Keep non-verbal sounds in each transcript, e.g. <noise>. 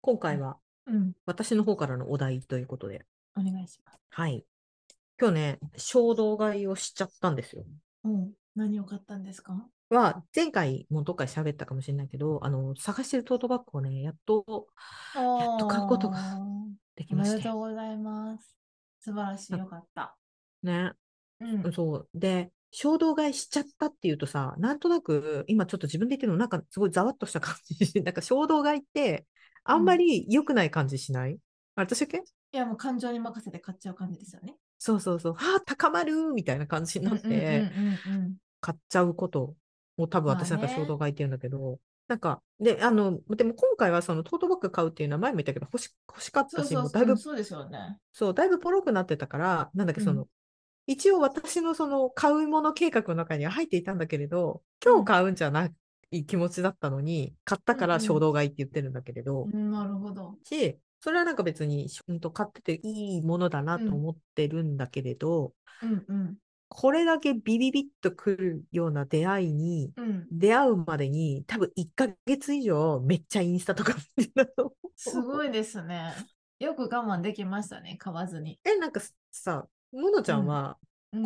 今回はうん。私の方からのお題ということで。お願いします。はい。今日ね、衝動買いをしちゃったんですよ。うん。何を買ったんですかは、前回もどっかで喋ったかもしれないけど、あの、探してるトートバッグをね、やっとやっと買うことができおまめしでてとう。ございます。素晴らしい。よかった。ね。うん。そう。で、衝動買いしちゃったっていうとさ、なんとなく、今ちょっと自分で言ってるの、なんかすごいざわっとした感じ。なんか衝動買いって、あんまり良くない感じしない、あ私だけいや、もう感情に任せて買っちゃう感じですよね。そうそうそう。はあ、高まるみたいな感じになって、うんうんうんうん買っちゃうことを多分まあ私なんかね衝動買いって言うんだけど、なんか、で、あの、でも今回はそのトートバッグ買うっていうのは前も言ったけど欲し、欲しかっそたうし、そもううだいぶ、そうですよね。そう、だいぶポロくなってたから、なんだっけ、うんその、一応私のその買うもの計画の中には入っていたんだけれど、今うん日買うんじゃない気持ちだったのに、買ったかうらんうん衝動買いって言ってるんだけれど、うんなるほど。し、それはなんか別に、うんと買ってていいものだなと思ってるんだけれど、うんうん。これだけビビビッとくるような出会いに、うん。出会うまでに多分1ヶ月以上めっちゃインスタとか見てたの。すごいですね。よく我慢できましたね。買わずに。え、なんかさ、ののちゃんは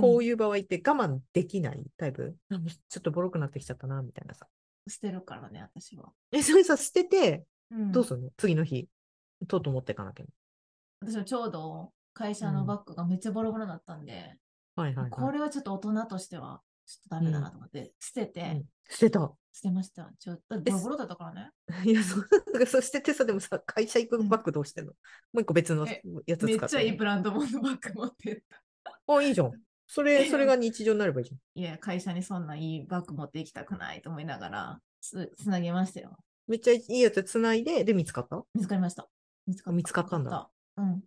こういう場合って我慢できないタイプ、あもうちょっとボロくなってきちゃったな、みたいなさ。うん、捨てるからね、私は。え、それさ、捨てて、うんどうするの、次の日。とうとう持ってかなきゃ。私もちょうど会社うのんバッグがめっちゃボロボロだったんで、はいはい、はい。これはちょっと大人としてはちょっとダメだなと思って、捨てうてん、捨てた。 <laughs> 捨てました。ちょっとボロボロだったからね。いや、そう、そしててさ、でもさ、会社行くバッグどうしてんの、もう一個別のえやつ使めっ。ってちゃいいブランド物のバッグ持ってった。あ、いいじゃん。それ、それが日常になればいいじゃん。いや、会社にそんないいバッグ持って行きたくないと思いながら、つつなげましたよ。めっちゃいいやつ繋いで、で、見つかった見つかりました。見つかった。見つかったんだ買った。うん。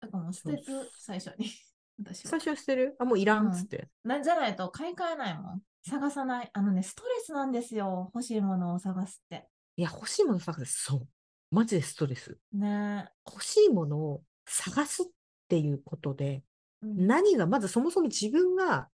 だからもう捨てずそう、最初に。 <laughs> 私は最。初は捨てるあ、もういらんっつって。なんじゃないと買い替えないもん。探さない。あのね、ストレスなんですよ。欲しいものを探すって。いや、欲しいもの探す。そう。マジでストレス。ね欲しいものを探すっていうことで、え。うん何が、まずそもそも自分が、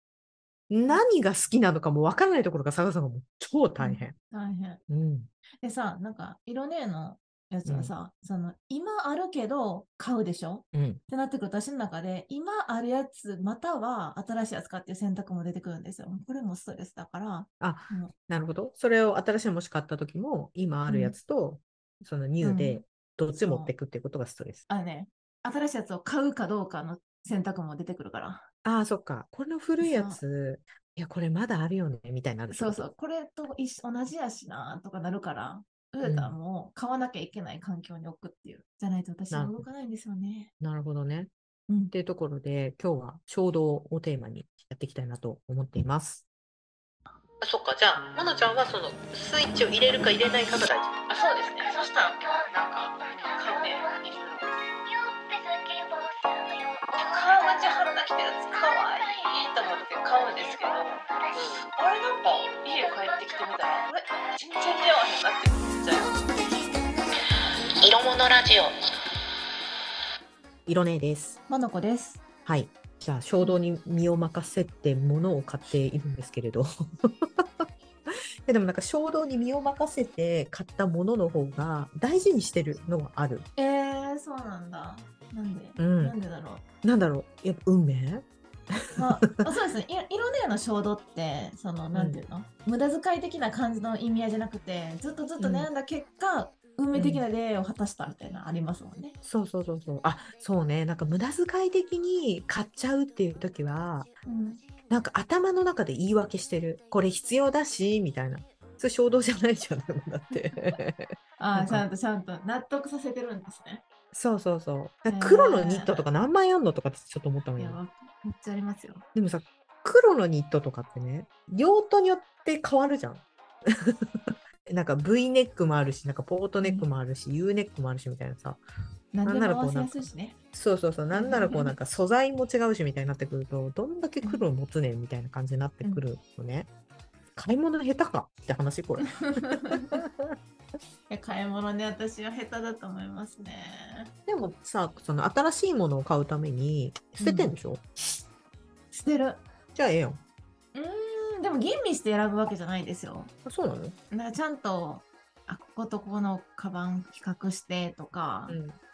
何が好きなのかもわからないところが探すのがもう超大変。大変。うん。でさ、なんか、色ねえのやつはさ、その、今あるけど買うでしょうん。ってなってくると、私の中で、今あるやつ、または新しいやつかっていう選択も出てくるんですよ。これもストレスだから、あ、もなるほど。それを新しいもし買った時も、今あるやつと、そのニューうでん、どっち持ってくっていうことがストレス。あのね、新しいやつを買うかどうかの選択も出てくるから。ああ、そっか。この古いやつ、いや、これまだあるよね、みたいになるってそこうと。そう、これと一緒同じやしなとかなるから、それだったらうんもう買わなきゃいけない環境に置くっていう。じゃないと私なはるほど動かないんですよね。なるほどね。うんっ。ていうところで、今日は衝動をテーマにやっていきたいなと思っています。そっか、じゃあ、まなちゃんはそのスイッチを入れるか入れないかが大事。あ、そうですね。そしたら、なんか、買うね。川口春奈着てるやつ、かわいいと思って買うんですけど、あれなんか、家帰ってきてみたら、あれ、全然似合わへんなって思っちゃう。色物ラジオ色ねです。まなこです。はい。じゃあ、衝動に身を任せて物を買っているんですけれど。 <laughs> えでもなんか衝動に身を任せて買ったものの方が大事にしてるのはある。えー、そうなんだ。なんで、うんなんでだろう。なんだろう、やっぱ運命まあ、あそうですね。い色ねえの衝動って、その、なんていうの、無駄遣い的な感じの意味合いじゃなくて、ずっとずっと悩んだ結果、運命的な出会いを果たしたみたいなのありますもんね。そうそうそうそう。あ、そうね。なんか無駄遣い的に買っちゃうっていう時は、うん。なんか頭の中で言い訳してる。これ必要だし、みたいな。それ衝動じゃないじゃん、でもだって。あなあ、んかちゃんとちゃんと納得させてるんですね。そうそうそう。なんか黒のニットとか何枚あんのとかってちょっと思ったもんいや、よ。わめっちゃありますよ。でもさ、黒のニットとかってね、用途によって変わるじゃん。 <laughs> なんか V ネックもあるし、なんかポートネックもあるし、U ネックもあるしみたいなさ。何でなんならも合こうわせやすいしね。そうそうそう。なんならこうなんか素材も違うしみたいになってくると、どんだけ黒を持つねんみたいな感じになってくるのね。買い物下手かって話これ。いや買い物ね、私は下手だと思いますね。でもさ、その新しいものを買うために捨ててんでしょ、捨てる。じゃあええやん。うーん、でも吟味して選ぶわけじゃないですよ。あそうなのなんかちゃんとあこことここのカバン比較してとか、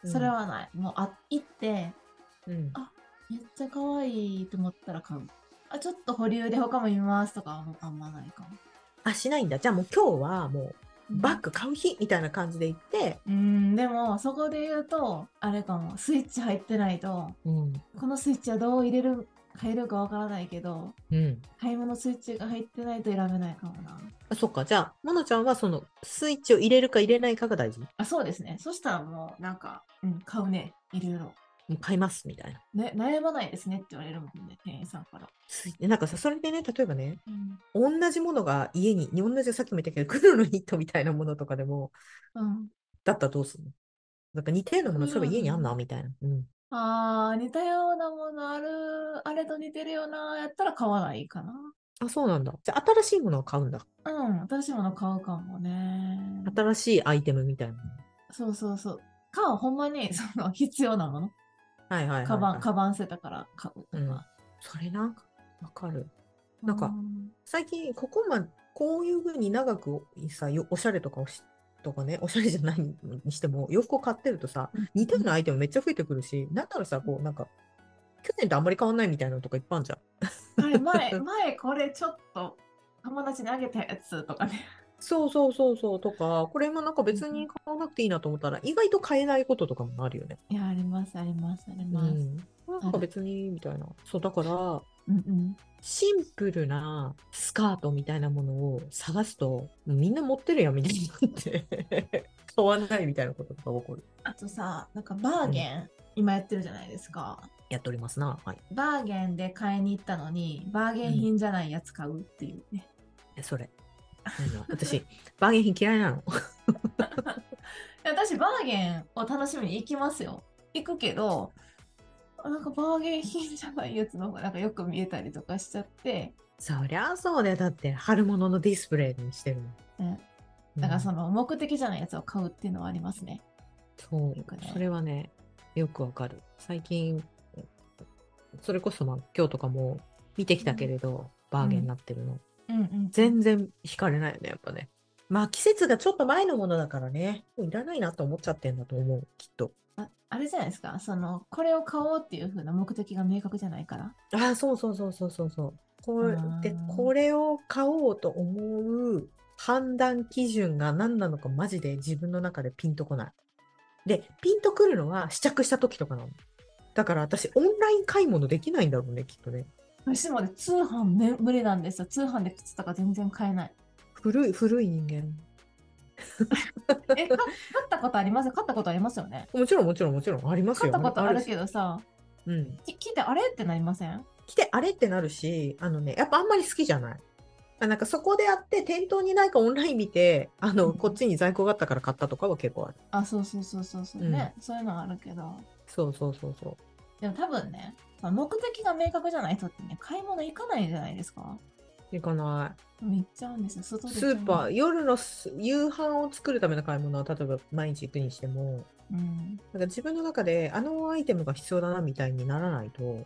うんそれ、はないもうあ行ってうんめっちゃ可愛いと思ったら買うあちょっと保留で他も見ますとかはもうあんまないかもあしないんだじゃあもう今日はもうんうバッグ買う日みたいな感じで行って、うんでもそこで言うとあれかもスイッチ入ってないとうんこのスイッチはどう入れる変えるかわからないけどうん、買い物スイッチが入ってないと選べないかもなあそっかじゃあモナちゃんはそのスイッチを入れるか入れないかが大事もあそうですねそしたらもうなんか、うん、買うねいろいろ、う買いますみたいなね、悩まないですねって言われるもんね店員さんから、スイッチなんかさそれでね例えばね同じものが家に同じさっきも言ったけど黒のニットみたいなものとかでもうんだったらどうするのなんか似たようなものそういえば家にあんなうんみたいな、うん、あー似たようなものあるあれと似てるよなやったら買わないかなあそうなんだじゃあ新しいものを買うんだうん新しいもの買うかもね新しいアイテムみたいなそうそうそうかほんまにそ <laughs> の必要なものはいはいはい、はい、カバンカバン捨てたから買うとうんか、それなんかわかるなんかうん最近ここまこういうふうに長くさよおしゃれとかをしとかねお <laughs> しゃれじゃないにしても洋服を買ってるとさ似たようなアイテムめっちゃ増えてくるしなんならさこうなんか去年とあんまり変わんないみたいなのとかいっぱいあるじゃんあ <laughs> れ前前これちょっと友達にあげたやつとかね <laughs> そうそうそうそうとかこれもなんか別に買わなくていいなと思ったら意外と買えないこととかもあるよね、いやありますありますありうます、うんん、なんか別にみたいなそうだからうんシンプルなスカートみたいなものを探すとみんな持ってるやんみたいになって買わないみたいなことが起こるあとさなんかバーゲン、今やってるじゃないですかやっておりますな。はい。バーゲンで買いに行ったのにバーゲン品じゃないやつ買うっていうね、えそれ。何の私、バーゲン品嫌いなの。 <laughs> いや私バーゲンを楽しみに行きますよ行くけどなんかバーゲン品じゃないやつの方がなんかよく見えたりとかしちゃってそりゃそうだよ。だって、春物のディスプレイにしてるもんねだからその、の目的じゃないやつを買うっていうのはありますねそう、よくねそれはね、よくわかる。最近、それこそ、まあ、今日とかも見てきたけれど、バーゲンになってるの。うんうん全然惹かれないよね、やっぱね。まあ、季節がちょっと前のものだからね、もういらないなと思っちゃってんだと思う、きっと。あれじゃないですかそのこれを買おうっていう風な目的が明確じゃないからああ、そうそうそうそうそうそう。これあーで、これを買おうと思う判断基準が何なのかマジで自分の中でピンとこない。で、ピンとくるのは試着した時とかなの。だから私、オンライン買い物できないんだろうね、きっとね。私もね通販め無理なんですよ通販で靴とか全然買えない古い、古い人間。え <laughs> か買ったことあります買ったことありますよねもちろん、もちろん、もちろん、あります買っよ。たことあるしけどさうん。き聞いてあれってなりません来てあれってなるし、あのね、やっぱあんまり好きじゃない。あなんかそこであって、店頭にないかオンライン見て、あの、うんこっちに在庫があったから買ったとかは結構ある。あそうそうそうそうそうね、そういうのはあるけどそうそうそうそう。でも多分ねその目的が明確じゃない人ってね買い物行かないんじゃないですか行かなでも行っちゃうんですよ外い。でスーパー、ー夜のす夕飯を作るための買い物は、例えば毎日行くにしても、うんなんか自分の中であのアイテムが必要だなみたいにならないと、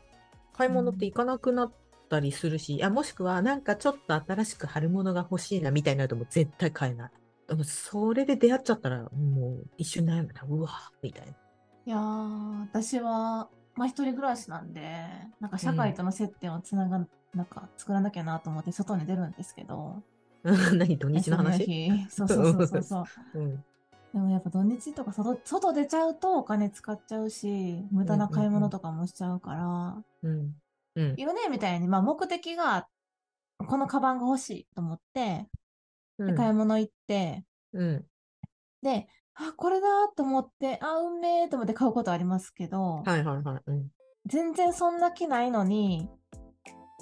買い物って行かなくなったりするし、あもしくはなんかちょっと新しく春物が欲しいなみたいになるともう絶対買えない。でもそれで出会っちゃったら、もう一瞬悩むな、うわみたいな。いやー私はまあ一人暮らしなんでなんか社会との接点をつなが、なんか作らなきゃなと思って外に出るんですけど <laughs> 何土日の話、休みの日そうそうそうそうそううん、でもやっぱ土日とか外外出ちゃうとお金使っちゃうし無駄な買い物とかもしちゃうから、うん。うん。いるねみたいに、まあ、目的がこのカバンが欲しいと思ってうで買いん。物行って、うん。であこれだと思ってあうんめーと思って買うことありますけど、はいはいはい。うん。全然そんな気ないのに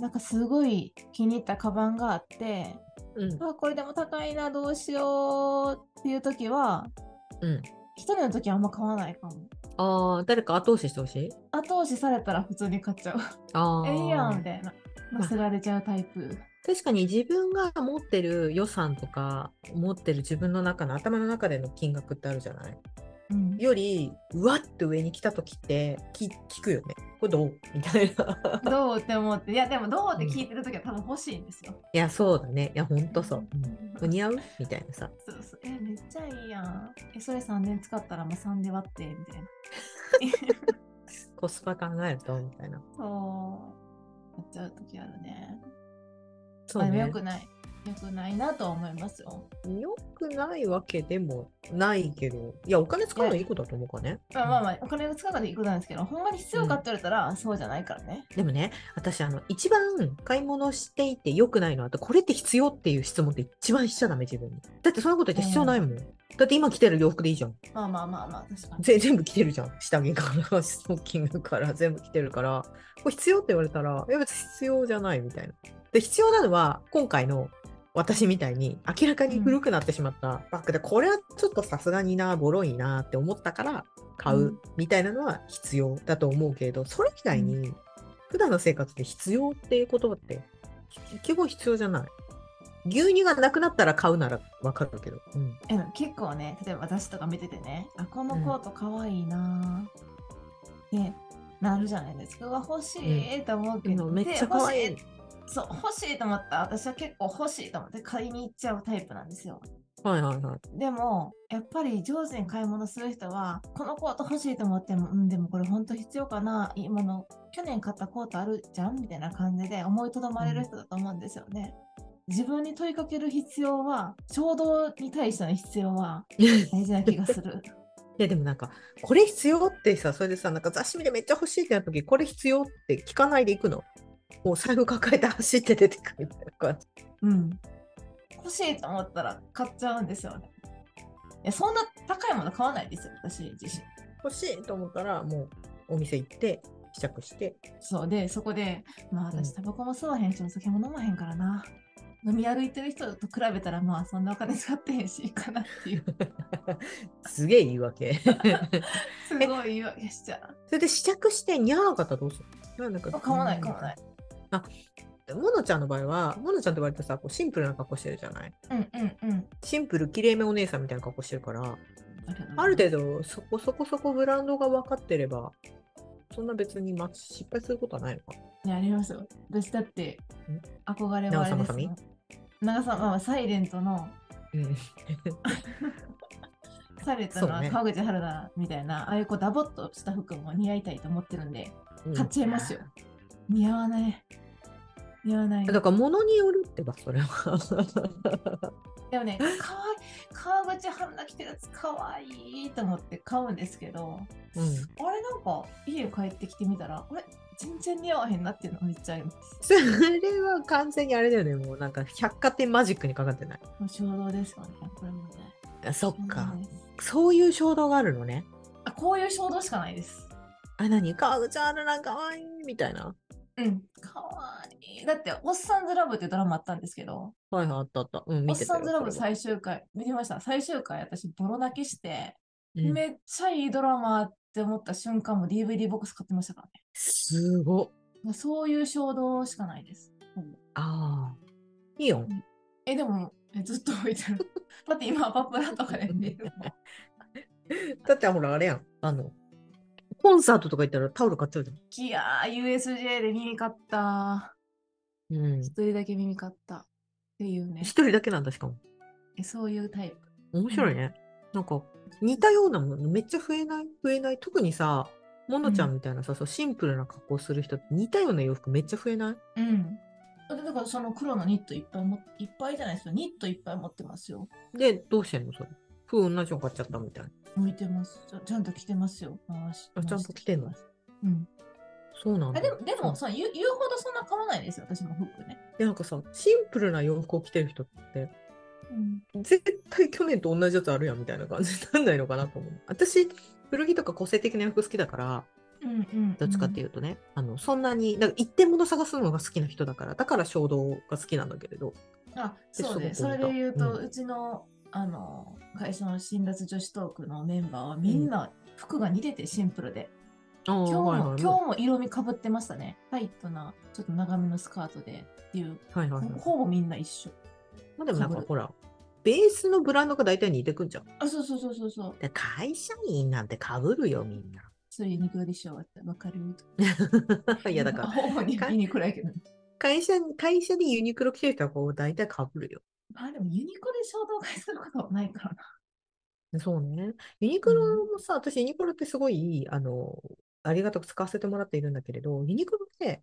なんかすごい気に入ったカバンがあってうん。あこれでも高いなどうしようっていう時はうん。一人の時はあんま買わないかもああ、誰か後押ししてほしい後押しされたら普通に買っちゃうああ。ええやんみたいな忘れられちゃうタイプ確かに自分が持ってる予算とか持ってる自分の中の頭の中での金額ってあるじゃないうんよりうわっと上に来た時ってき聞くよねこれどうみたいな。どうって思って、いや、でもどうって聞いてるときは多分欲しいんですよ。 <laughs> いや、そうだね。いや、ほんとそう。うん、似合うみたいなさ。そうそう。え、めっちゃいいやん。え、それ3年使ったらもう3で割って、みたいな。コスパ考えると、みたいな。そう。やっちゃうときあるね。そうまあでね。もよくない。よくないなとは思いますよ。よくないわけでもないけど、いや、お金使うのいいことだと思うからね。まあまあまあ、お金を使うからいいことなんですけど、ほんまに必要かって言われたら、そうじゃないからね。でもね、私、あの、一番買い物していて良くないのは、これって必要っていう質問って一番しちゃダメ、自分に。だってそんなこと言って必要ないもん。だって今着てる洋服でいいじゃん。まあまあまあまあ、確かに。ぜ <laughs> 全部着てるじゃん。下着から、 <laughs> ストッキングから、全部着てるから。これ必要って言われたら、いや別に必要じゃないみたいな。で、必要なのは、今回の私みたいに明らかに古くなってしまったバッグで、これはちょっとさすがにな、ボロいなって思ったから買ううんみたいなのは必要だと思うけれど、それ以外に、普段の生活で必要っていう言葉って、結結構必要じゃない。牛乳がなくなったら買うならわかるけど。うん。え結構ね例えば私とか見ててねあこのうんコートかわいいなぁ、でなるじゃないですかうわ欲しいと思うけでど、もめっちゃ可愛でい欲し。そう欲しいと思った私は結構欲しいと思って買いに行っちゃうタイプなんですよはいはいはい。でもやっぱり上手に買い物する人はこのコート欲しいと思ってもうんでもこれ本当必要かないいもの去年買ったコートあるじゃんみたいな感じで思いとどまれる人だと思うんですよね、自分に問いかける必要は衝動に対しての必要は <laughs> 大事な気がする。いやでもなんかこれ必要ってさそれでさなんか雑誌見てめっちゃ欲しいってなった時これ必要って聞かないでいくのもう財布抱えて走って出てくるみたいな感じ <laughs> うん。欲しいと思ったら買っちゃうんですよね。いや、そんな高いもの買わないですよ、私自身。欲しいと思ったらもうお店行って試着して <laughs> そうで、そこで、まあう私んタバコも吸わへんし、お酒も飲まへんからな。飲み歩いてる人と比べたら、まあそんなお金使ってへんし、いいかなっ <laughs> ていう。すげえ言い訳 <laughs> すごい言い訳しちゃそれで試着して似合わなかったらどうするなんかう。買わない、買わないい。モノちゃんの場合はモノちゃんって割とさこうシンプルな格好してるじゃないうんうんうん。シンプルきれいめお姉さんみたいな格好してるからあるで程度そこそこそこブランドが分かってればそんな別にま失敗することはないのかね、ありますよ。私だって、憧れはあれですよ長澤ま。長さまあ、サイレントのうんサイレントそうのね川口春奈みたいな、ああいうこうダボっとした服も似合いたいと思ってるんで、買っちゃいますよ。似合わない。似合わない。うんだから物によるってばそれ <laughs> はでもね、かわい川口春奈着てるやつかわいいと思って買うんですけど、うんあれなんか家帰ってきてみたら、あれ全然似合わへんなっていうのがめっちゃあります。それは完全にあれだよねもうなんか百貨店マジックにかかってないもう衝動ですよね。これもね。あそっ衝か、動ですそういう衝動があるのねあこういう衝動しかないです。あ何川口あるなんかわいいみたいなうん。かわいい。だって、おっさんずラブってドラマあったんですけど、はいはいあったあったうんお見ってたさよんずラブそれは最終回、見てました。最終回、私、ボロ泣きして、うんめっちゃいいドラマって思った瞬間も DVD ボックス買ってましたからねすごっ。まあそういう衝動しかないです。ああいいよえ、でも、えずっと置いてる。 <laughs> だって今、アパプラとかで見るもん。だってほらあれやんあのコンサートとか行ったらタオル買っちゃうじいやー、USJ で耳買った。ゃん、うん、一人だけ耳買った。っていうね一。人だけなんだしかもえそういうタイプ。面白いね。なんか似たようなものめっちゃ増えない増えない特にさモノちゃんみたいなさ、そうシンプルな格好する人って似たような洋服めっちゃ増えないうん。だってだからその黒のニットいっぱいもいっぱいじゃないですか。ニットいっぱい持ってますよ。でどうしてんのそれ服同じの買っちゃったみたいな向いてます。ちゃちゃんと着てますよ。回しあちゃんと着てんの回してますうん。そうなんあだでも、でうんもその言う言うほどそんな買わないですよ、私も服ね。でなんかさシンプルな洋服を着てる人ってうん、絶対去年と同じやつあるやんみたいな感じ <laughs> になんないのかなと思う私古着とか個性的な洋服好きだからうんうん、。どっちかっていううとね、あのそんなになんか一点物探すのが好きな人だからだから衝動が好きなんだけれどあ、そうね。すごそく似れたで言うと、ううちのあの会社の辛辣女子トークのメンバーはみんな服が似ててシンプルで、今今日も、今日も色味かぶってましたね。タイトなちょっと長めのスカートでっていう、はいはいはいほほぼみんな一緒。まあでもなんか被るほら、ベースのブランドが大体似てくんじゃん。あ、そうそうそうそうそう。 <laughs> で会社員なんてかぶるよ、みんな。それにくいでしょうってわかるとか。いやだから、ら。にか見にくらいけど。会社に、会社でユニクロ着てる人はこう大体被るよ。あ、でもユニクロで衝動買いすることはないからな。そうね。ユニクロもさ、私ユニクロってすごい、あの、ありがたく使わせてもらっているんだけれど、ユニクロって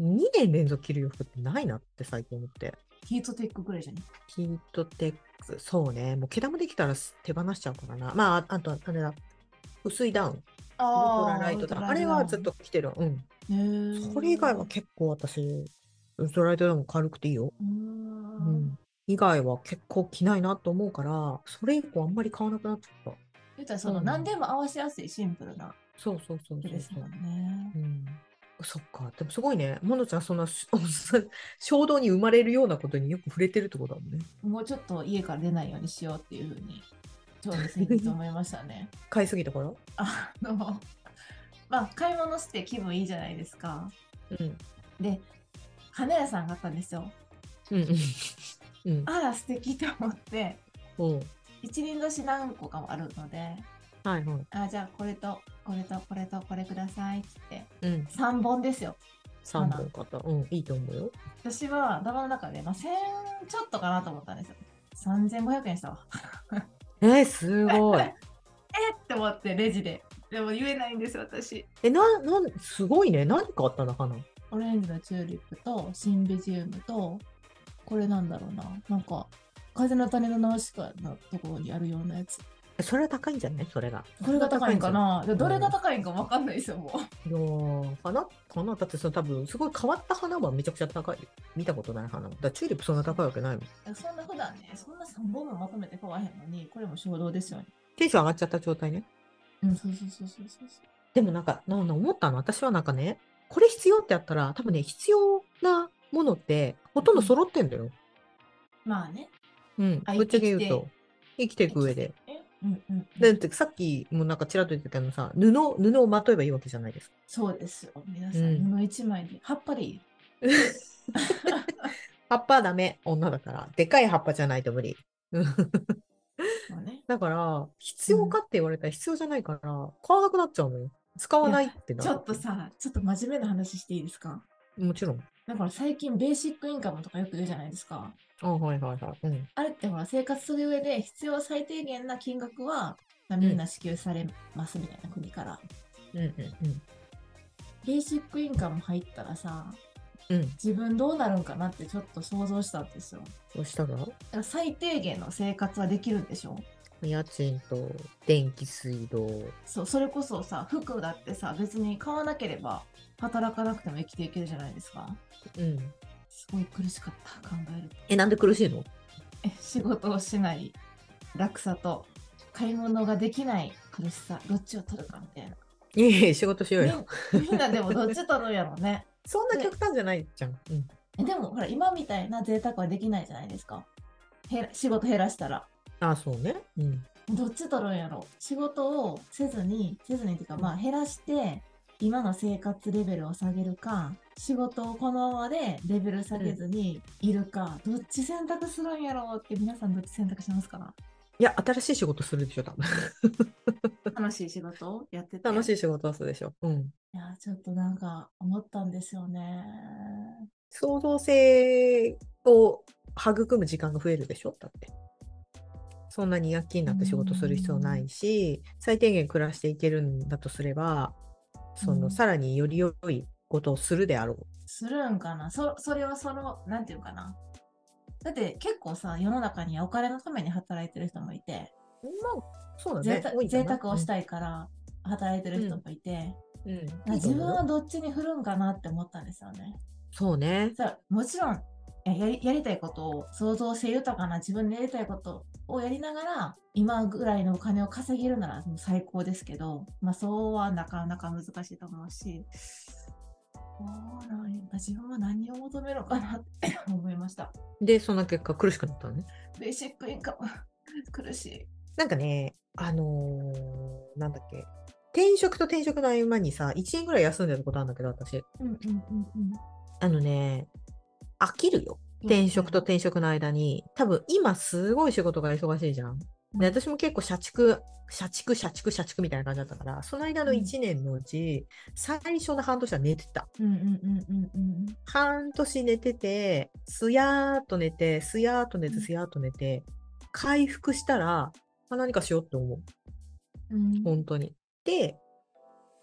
2年連続着る洋服ってないなって最近思って。ヒートテックぐらいじゃない。ヒートテック、そうね。もう毛玉できたら手放しちゃうからな。まあ、ああと、あれだ。薄いダウン。ウルトラライトダウン。あれはずっと。着てる。うん。それ以外は結構私、ウルトラライトダウン軽くていいよ。ううー。んん。以外は結構着ないなと思うから、それ以降あんまり買わなくなっちゃった。言ったらそのうん何でも合わせやすいシンプルなそうそうそうそ服うですそも。うんねう。ん、そっか、でもすごいね、モノちゃん、そんなし衝動に生まれるようなことによく触れてるってことだもんね。もうちょっと家から出ないようにしようっていうふうに、調整すると思いましたね。買いすぎたから。あの、まあ、買い物して気分いいじゃないですか。うん。で、花屋さんがあったんですよ。 <laughs> うんうん。うん。あら、素敵と思って、おう一輪年何個かもあるので、はいはい。あ、じゃあこれと、これと、これと、これくださいって言って、うん。 3本ですよ。 3本買った。うん、いいと思うよ。私は頭の中で、まあ、1000ちょっとかなと思ったんですよ。3500円したわ。えー、すご <laughs> い。えっって思って、レジで。でも言えないんですよ、私。え、な、なん、すごいね。何買ったのかなオレンジのチューリップとシンベジウムとこれなんだろうななんか風の谷のナウシカのところにあるようなやつえそれは高いんじゃないそれが。これが高いんかなでんじゃどないれが高いんかわかんないですよもういやー花花だってその多分すごい変わった花はめちゃくちゃ高いよ見たことない花だからチューリップそんな高いわけないもんそんな普段ねそんな3本もまとめて買わへんのにこれも衝動ですよねテンション上がっちゃった状態ねうんそうそうそうそうそうそうでもなんか、なんだ思ったの、私はなんかね、これ必要ってやったら、多分ね、必要なものって、ほとんど揃ってんだよ。まあねうん、あぶっちゃけ言うと。生きていく上で。えうんうんうんだってさっきもなんかちらっと言ってたけどさ、布、布をまとえばいいわけじゃないですか。そうですよ皆さん、うんこの1枚で葉っぱでいい葉っぱはダメ、女だから。でかい葉っぱじゃないと無理。もうねだから、必要かって言われたら必要じゃないから、買わなくなっちゃうのよ。使わないってなちるょっとさちょっと真面目な話していいですかもちろん。だから最近ベーシックインカムとかよく言うじゃないですかあ、はいはいはい。うん。あれってほら生活する上で必要最低限な金額はまあみんな支給されますみたいな国から、うんうんベーシックインカム入ったらさうん。うん。自分どうなるんかなってちょっと想像したんですよそしたらだから最低限の生活はできるんでしょ家賃と電気、水道、そうそれこそさ服だってさ別に買わなければ働かなくても生きていけるじゃないですかうん。すごい苦しかった考えるとえ、なんで苦しいのえ仕事をしない落差と買い物ができない苦しさどっちを取るかみたいないえいえ、仕事しようよ。みんみんなでもどっち取るんやろうねそんな極端じゃないじゃん。うん。えでもほら今みたいな贅沢はできないじゃないですか減ら仕事減らしたらあ、そうね。うん。どっち取るんやろ仕事をせずにせずにっていうかまあ減らして今の生活レベルを下げるか仕事をこのままでレベル下げずにいるか、どっち選択するんやろうって皆さんどっち選択しますかいや、新しい仕事するでしょ、 <laughs> 多分。楽しい仕事をやってて楽しいい仕事をするでしょ。うん。やちょっとなんか思ったんですよね創造性を育む時間が増えるでしょ、だって。そんなに躍起になって仕事する必要ないし、最低限暮らしていけるんだとすれば、そうんの、さらにより良いことをするであろう。するんかなそそれはそのなんていうかなだって結構さ世の中にはお金のために働いてる人もいてまあ、そうだ贅ね。沢多いか贅な沢をしたいから働いてる人もいて、うん。うんだから自分はどっちに振るんかなって思ったんですよね。そうね。さもちろんややりやりたいことを創造性豊かな自分でやりたいことをやりながら今ぐらいのお金を稼げるならもう最高ですけど、まあ、そうはなかなか難しいと思うしそうなんや自分は何を求めるのかなって <coughs> 思いました。で、その結果苦しくなったのね。ベーシックインカム苦しい。なんかね、あのーなんだっけ、転職と転職の合間にさ、1年ぐらい休んでたことあるんだけど、私。うんうんうんうん、あのね、飽きるよ。転職と転職の間に、多分今すごい仕事が忙しいじゃん。で私も結構社畜、社畜、社畜、社畜みたいな感じだったから、その間のうん1年のうち、最初の半年は寝てた。うんうんうんうんうん半年寝てて、すやーっと寝て、すやーっと寝て、うんすやーっと寝て、回復したら、あ何かしようって思う。うん本当に。で、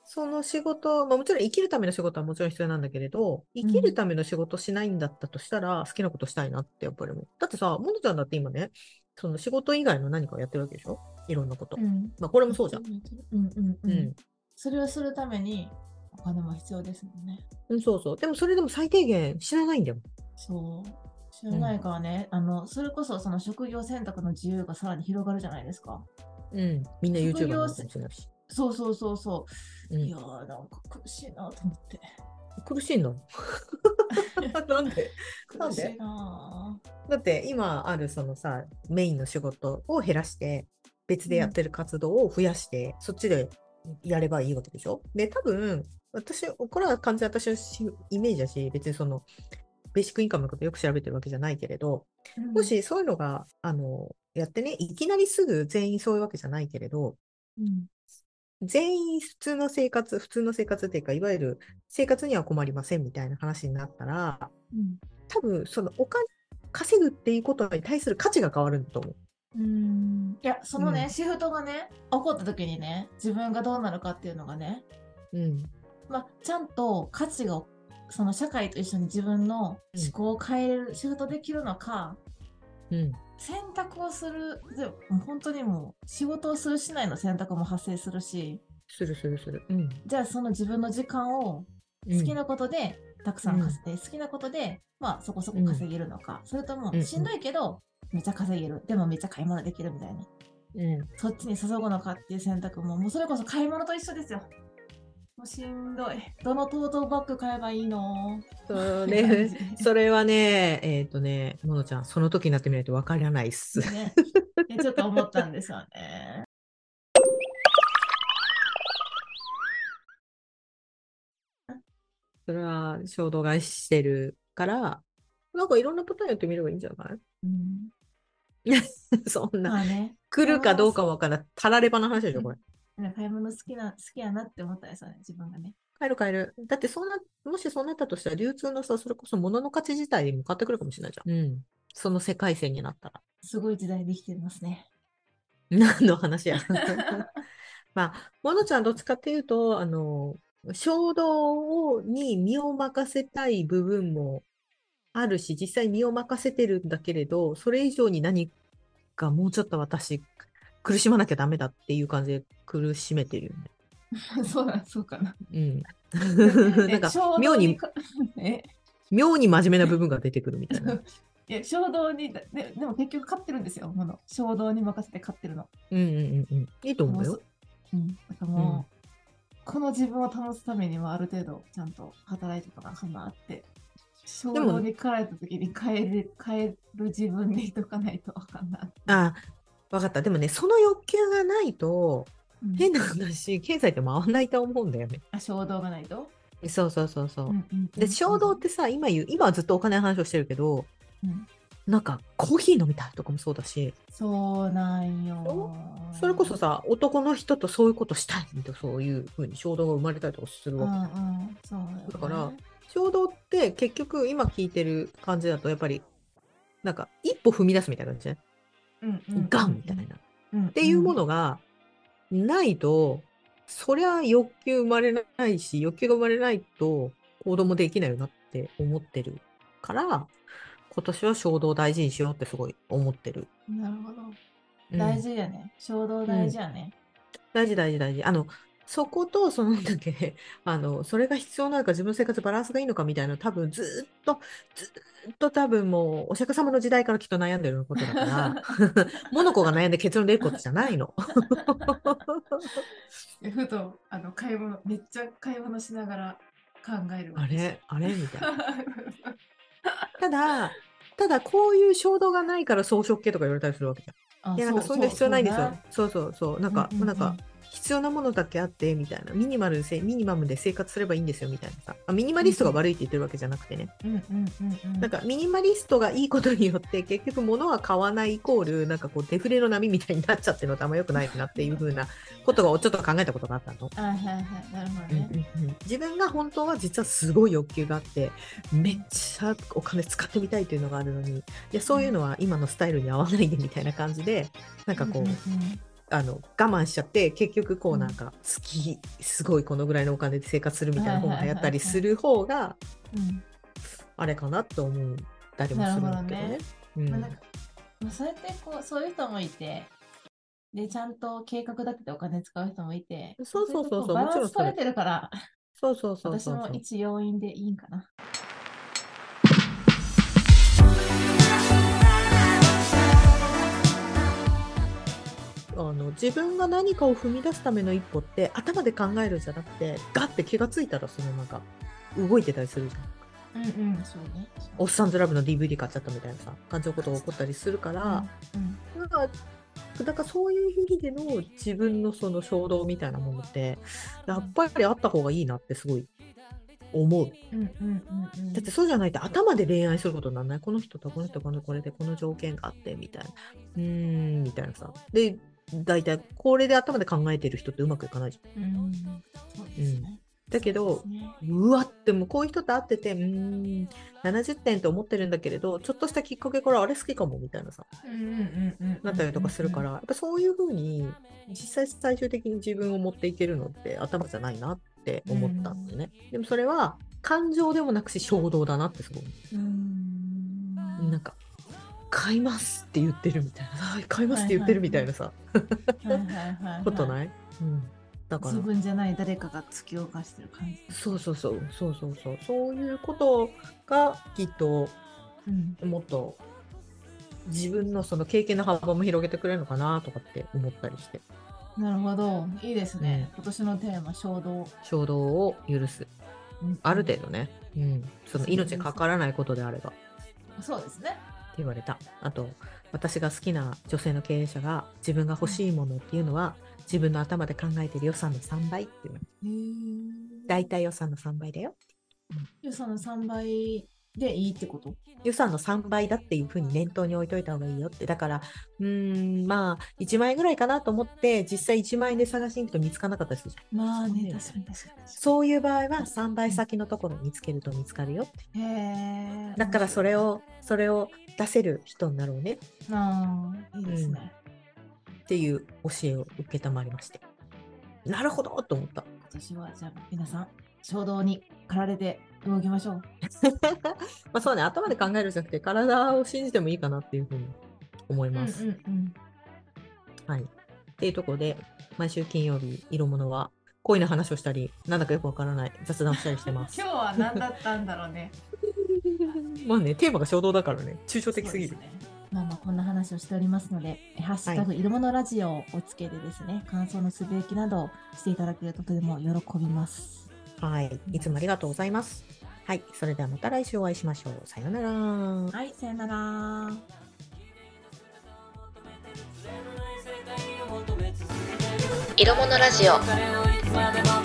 その仕事、まあ、もちろん生きるための仕事はもちろん必要なんだけれど、生きるための仕事しないんだったとしたら、好きなことしたいなってやっぱり思う。だってさ、ものちゃんだって今ね、その仕事以外の何かをやってるわけでしょいろんなこと。うんまあ、これもそうじゃん。うんうんう、うんん。それをするためにお金も必要ですもんねうん、そうそう。でもそれでも最低限知らないんだよ。そう知らないからね、あのそれこそその職業選択の自由がさらに広がるじゃないですかうん。みんな YouTuber 職にな業っすたりするし。そうそうそうそうう、いんや。ーなんか苦しいなと思って苦しいの <laughs> なんでなん苦しでいなーだって今あるそのさメインの仕事を減らして別でやってる活動を増やして、そっちでやればいいわけでしょで多分私これは完全に私のしイメージだし別にそのベーシックインカムのことよく調べてるわけじゃないけれどうんもしそういうのがあのやってねいきなりすぐ全員そういうわけじゃないけれどうん全員普通の生活普通の生活っていうかいわゆる生活には困りませんみたいな話になったらうん多分そのお金稼ぐっていうことに対する価値が変わるんだと思う。うんいやそのね、うんシフトがね起こった時にね自分がどうなるかっていうのがねうん、まあ、ちゃんと価値がその社会と一緒に自分の思考を変える、仕事できるのかうん、選択をするでももう本当にもう仕事をするしないの選択も発生するしするするする。うん、じゃあその自分の時間を好きなことでたくさん稼いで、好きなことで、まあ、そこそこ稼げるのか、それともうんしんどいけど、めっちゃ稼げるでもめっちゃ買い物できるみたいなうん、うん、そっちに注ぐのかっていう選択ももうそれこそ買い物と一緒ですよもうしんどいどのトートバッグ買えばいいのそ感れじ <laughs> それはね、えっ、とね、ものちゃん、その時になってみないとわからないっす。ね、いやちょっと思ったんですよね。 <laughs> それは衝動買いしてるから、なんかいろんなパターンやってみればいいんじゃないうん、 <laughs> そんな、まあね、来るかどうかわからん、たらればの話でしょ、これ。なんか買い物好きな好きやなって思ったんですよね、自分がね。帰る帰る。だってそんな、もしそうなったとしたら、流通のさ、それこそ物の価値自体に向かってくるかもしれないじゃん。うん。その世界線になったら。すごい時代で生きてますね。 <laughs> <laughs> 何の話や。まあ、ものちゃんどっちかっていうと、あの、衝動に身を任せたい部分もあるし、実際身を任せてるんだけれど、それ以上に何かもうちょっと私、苦しまなきゃダメだっていう感じで苦しめてるよね。そうなんそうかな。うん。 <laughs> なんかえ衝動妙に、か <laughs> え妙に真面目な部分が出てくるみたい <laughs> な。いや衝動にで、でも結局買ってるんですよ、もの。衝動に任せて買ってるの。うんうんうんうん。いいと思うもうよそ。うん、だからもう、この自分を保つためにはある程度ちゃんと働いてとかかなって。衝でも動に駆られた時に変える変える自分にいとかないとあかんなって。あ、わかった。でもね、その欲求がないと、うん変な話、経済って回らないと思うんだよね。あ衝動がないと、そうそうそうそう。んで衝動っ、てさ今言う今はずっとお金の話をしてるけどうんなんかコーヒー飲みたいとかもそうだしそうなんよそれこそさ男の人とそういうことしたいみたいなそういう風に衝動が生まれたりとかするうんうわけ、んそうよねだから衝動って結局今聞いてる感じだとやっぱりなんか一歩踏み出すみたいな感じね、うんううんうんガンみたいな、っっていうもののがないと、そりゃ欲求生まれないし欲求が生まれないと行動もできないよなって思ってるから今年は衝動を大事にしようってすごい思ってるなるほどうん大事やね、衝動大事やね、大事大事大事あのそことそのなんだっけ <laughs> あのそれが必要なのか自分の生活バランスがいいのかみたいな多分ずーっとずーっと多分もうお釈迦様の時代からきっと悩んでることだから <laughs> <laughs> モノコが悩んで結論出ることじゃないのでふとあの買い物めっちゃ買い物しながら考えるあ <laughs> れあれみたいな私ただただこういう衝動がないから草食系とか言われたりするわけじゃんあいやなんかそういうの必要ないんですよそうそうそうなんか、なんか必要なものだけあってみたいなミニマルでミニマムで生活すればいいんですよみたいなさあミニマリストが悪いって言ってるわけじゃなくてね、うんうんうんうん。なんかミニマリストがいいことによって結局物は買わないイコールなんかこうデフレの波みたいになっちゃってるのってあんま良くないなっていう風なことをちょっと考えたことがあったの。はいはいはい。なるほどうんうんね。うん自分が本当は実はすごい欲求があってめっちゃお金使ってみたいというのがあるのにいやそういうのは今のスタイルに合わないでみたいな感じでなんかこう、んんあの我慢しちゃって結局こうなんか月すごいこのぐらいのお金で生活するみたいな方が流行ったりする方がうんあれかなと思ったりもするんだけどね。うん。まうあんなんか、まあ、そうやってこう、そういう人もいて、で、ちゃんと計画立ててお金使う人もいて、そうそうそうそういとこバラもンちスろんそれ取れてるから、そうそうそう私そうもそう。一要因でいいんかな。あの自分が何かを踏み出すための一歩って頭で考えるんじゃなくてガッて気がついたらそのなんか動いてたりするじゃん。うんうん、そうね。おっさんずラブの DVD 買っちゃったみたいなさ感情ことが起こったりするから、うんなんかだからそういう意味での自分のその衝動みたいなものってやっぱりあった方がいいなってすごい思う。うんうんうんうん。だってそうじゃないと頭で恋愛することにならないこの人とこの人このこれでこの条件があってみたいなうーんみたいなさで大体これで頭で考えてる人ってうまくいかないじゃんうん、そうですね。だけどそうですねうわってもうこういう人と会っててうーん70点と思ってるんだけれどちょっとしたきっかけからあれ好きかもみたいなさうんうんうんうん。なったりとかするから、やっぱそういう風に実際最終的に自分を持っていけるのって頭じゃないなって思ったんでね、でもそれは感情でもなくし衝動だなってすごい思ううん。なんか買いますって言ってるみたいな <laughs> はい買いますって言ってるみたいなさはいはいはいはいことない、うん、だから自分じゃない誰かが突き動かしてる感じ。そうそうそうそうそうそうそういうことがきっとうん。もっと自分のその経験の幅も広げてくれるのかなとかって思ったりしてなるほど。いいですねう。今年のテーマ、衝動。衝動を許すある程度ね、うん、その命にかからないことであれば。度。そうですっね。て言われたあと私が好きな女性の経営者が自分が欲しいものっていうのは自分の頭で考えてる予算の3倍っていうのへ大体予算の3倍だよ予算の3倍でいいってこと予算の3倍だっていうふうに念頭に置いといた方がいいよってだからうーんまあ1万円ぐらいかなと思って実際1万円で探しに行くと見つからなかったりするじゃんまあね、そうね確かに確かに。そういう場合は3倍先のところに見つけると見つかるよってへえ。だからそれをそれを出せる人になろうねっああ、いいですね。ていう教えを受けたまりましてなるほどと思った今年はじゃあ皆さん、衝動に駆られて動きましょう。まあそうね、頭で考えるじゃなくて、体を信じてもいいかなっていうふうに思います。うんうんはい。っていうところで、毎週金曜日、色物は恋の話をしたり、なんだかよくわからない雑談をしたりしてうん。今ます <laughs> 日。は何だったんだろうね。まあね、テーマが衝動だからね、抽象的すぎる。そうですねまあまあこんな話をしておりますので、ハッシュタグ色物ラジオをつけてですね、感想のつぶやきなどをしていただけるととても喜びます。はい。いつもありがとうございます。はい。それではまた来週お会いしましょう。さようなら。はい、さよなら。色物ラジオ「誰をいつまでも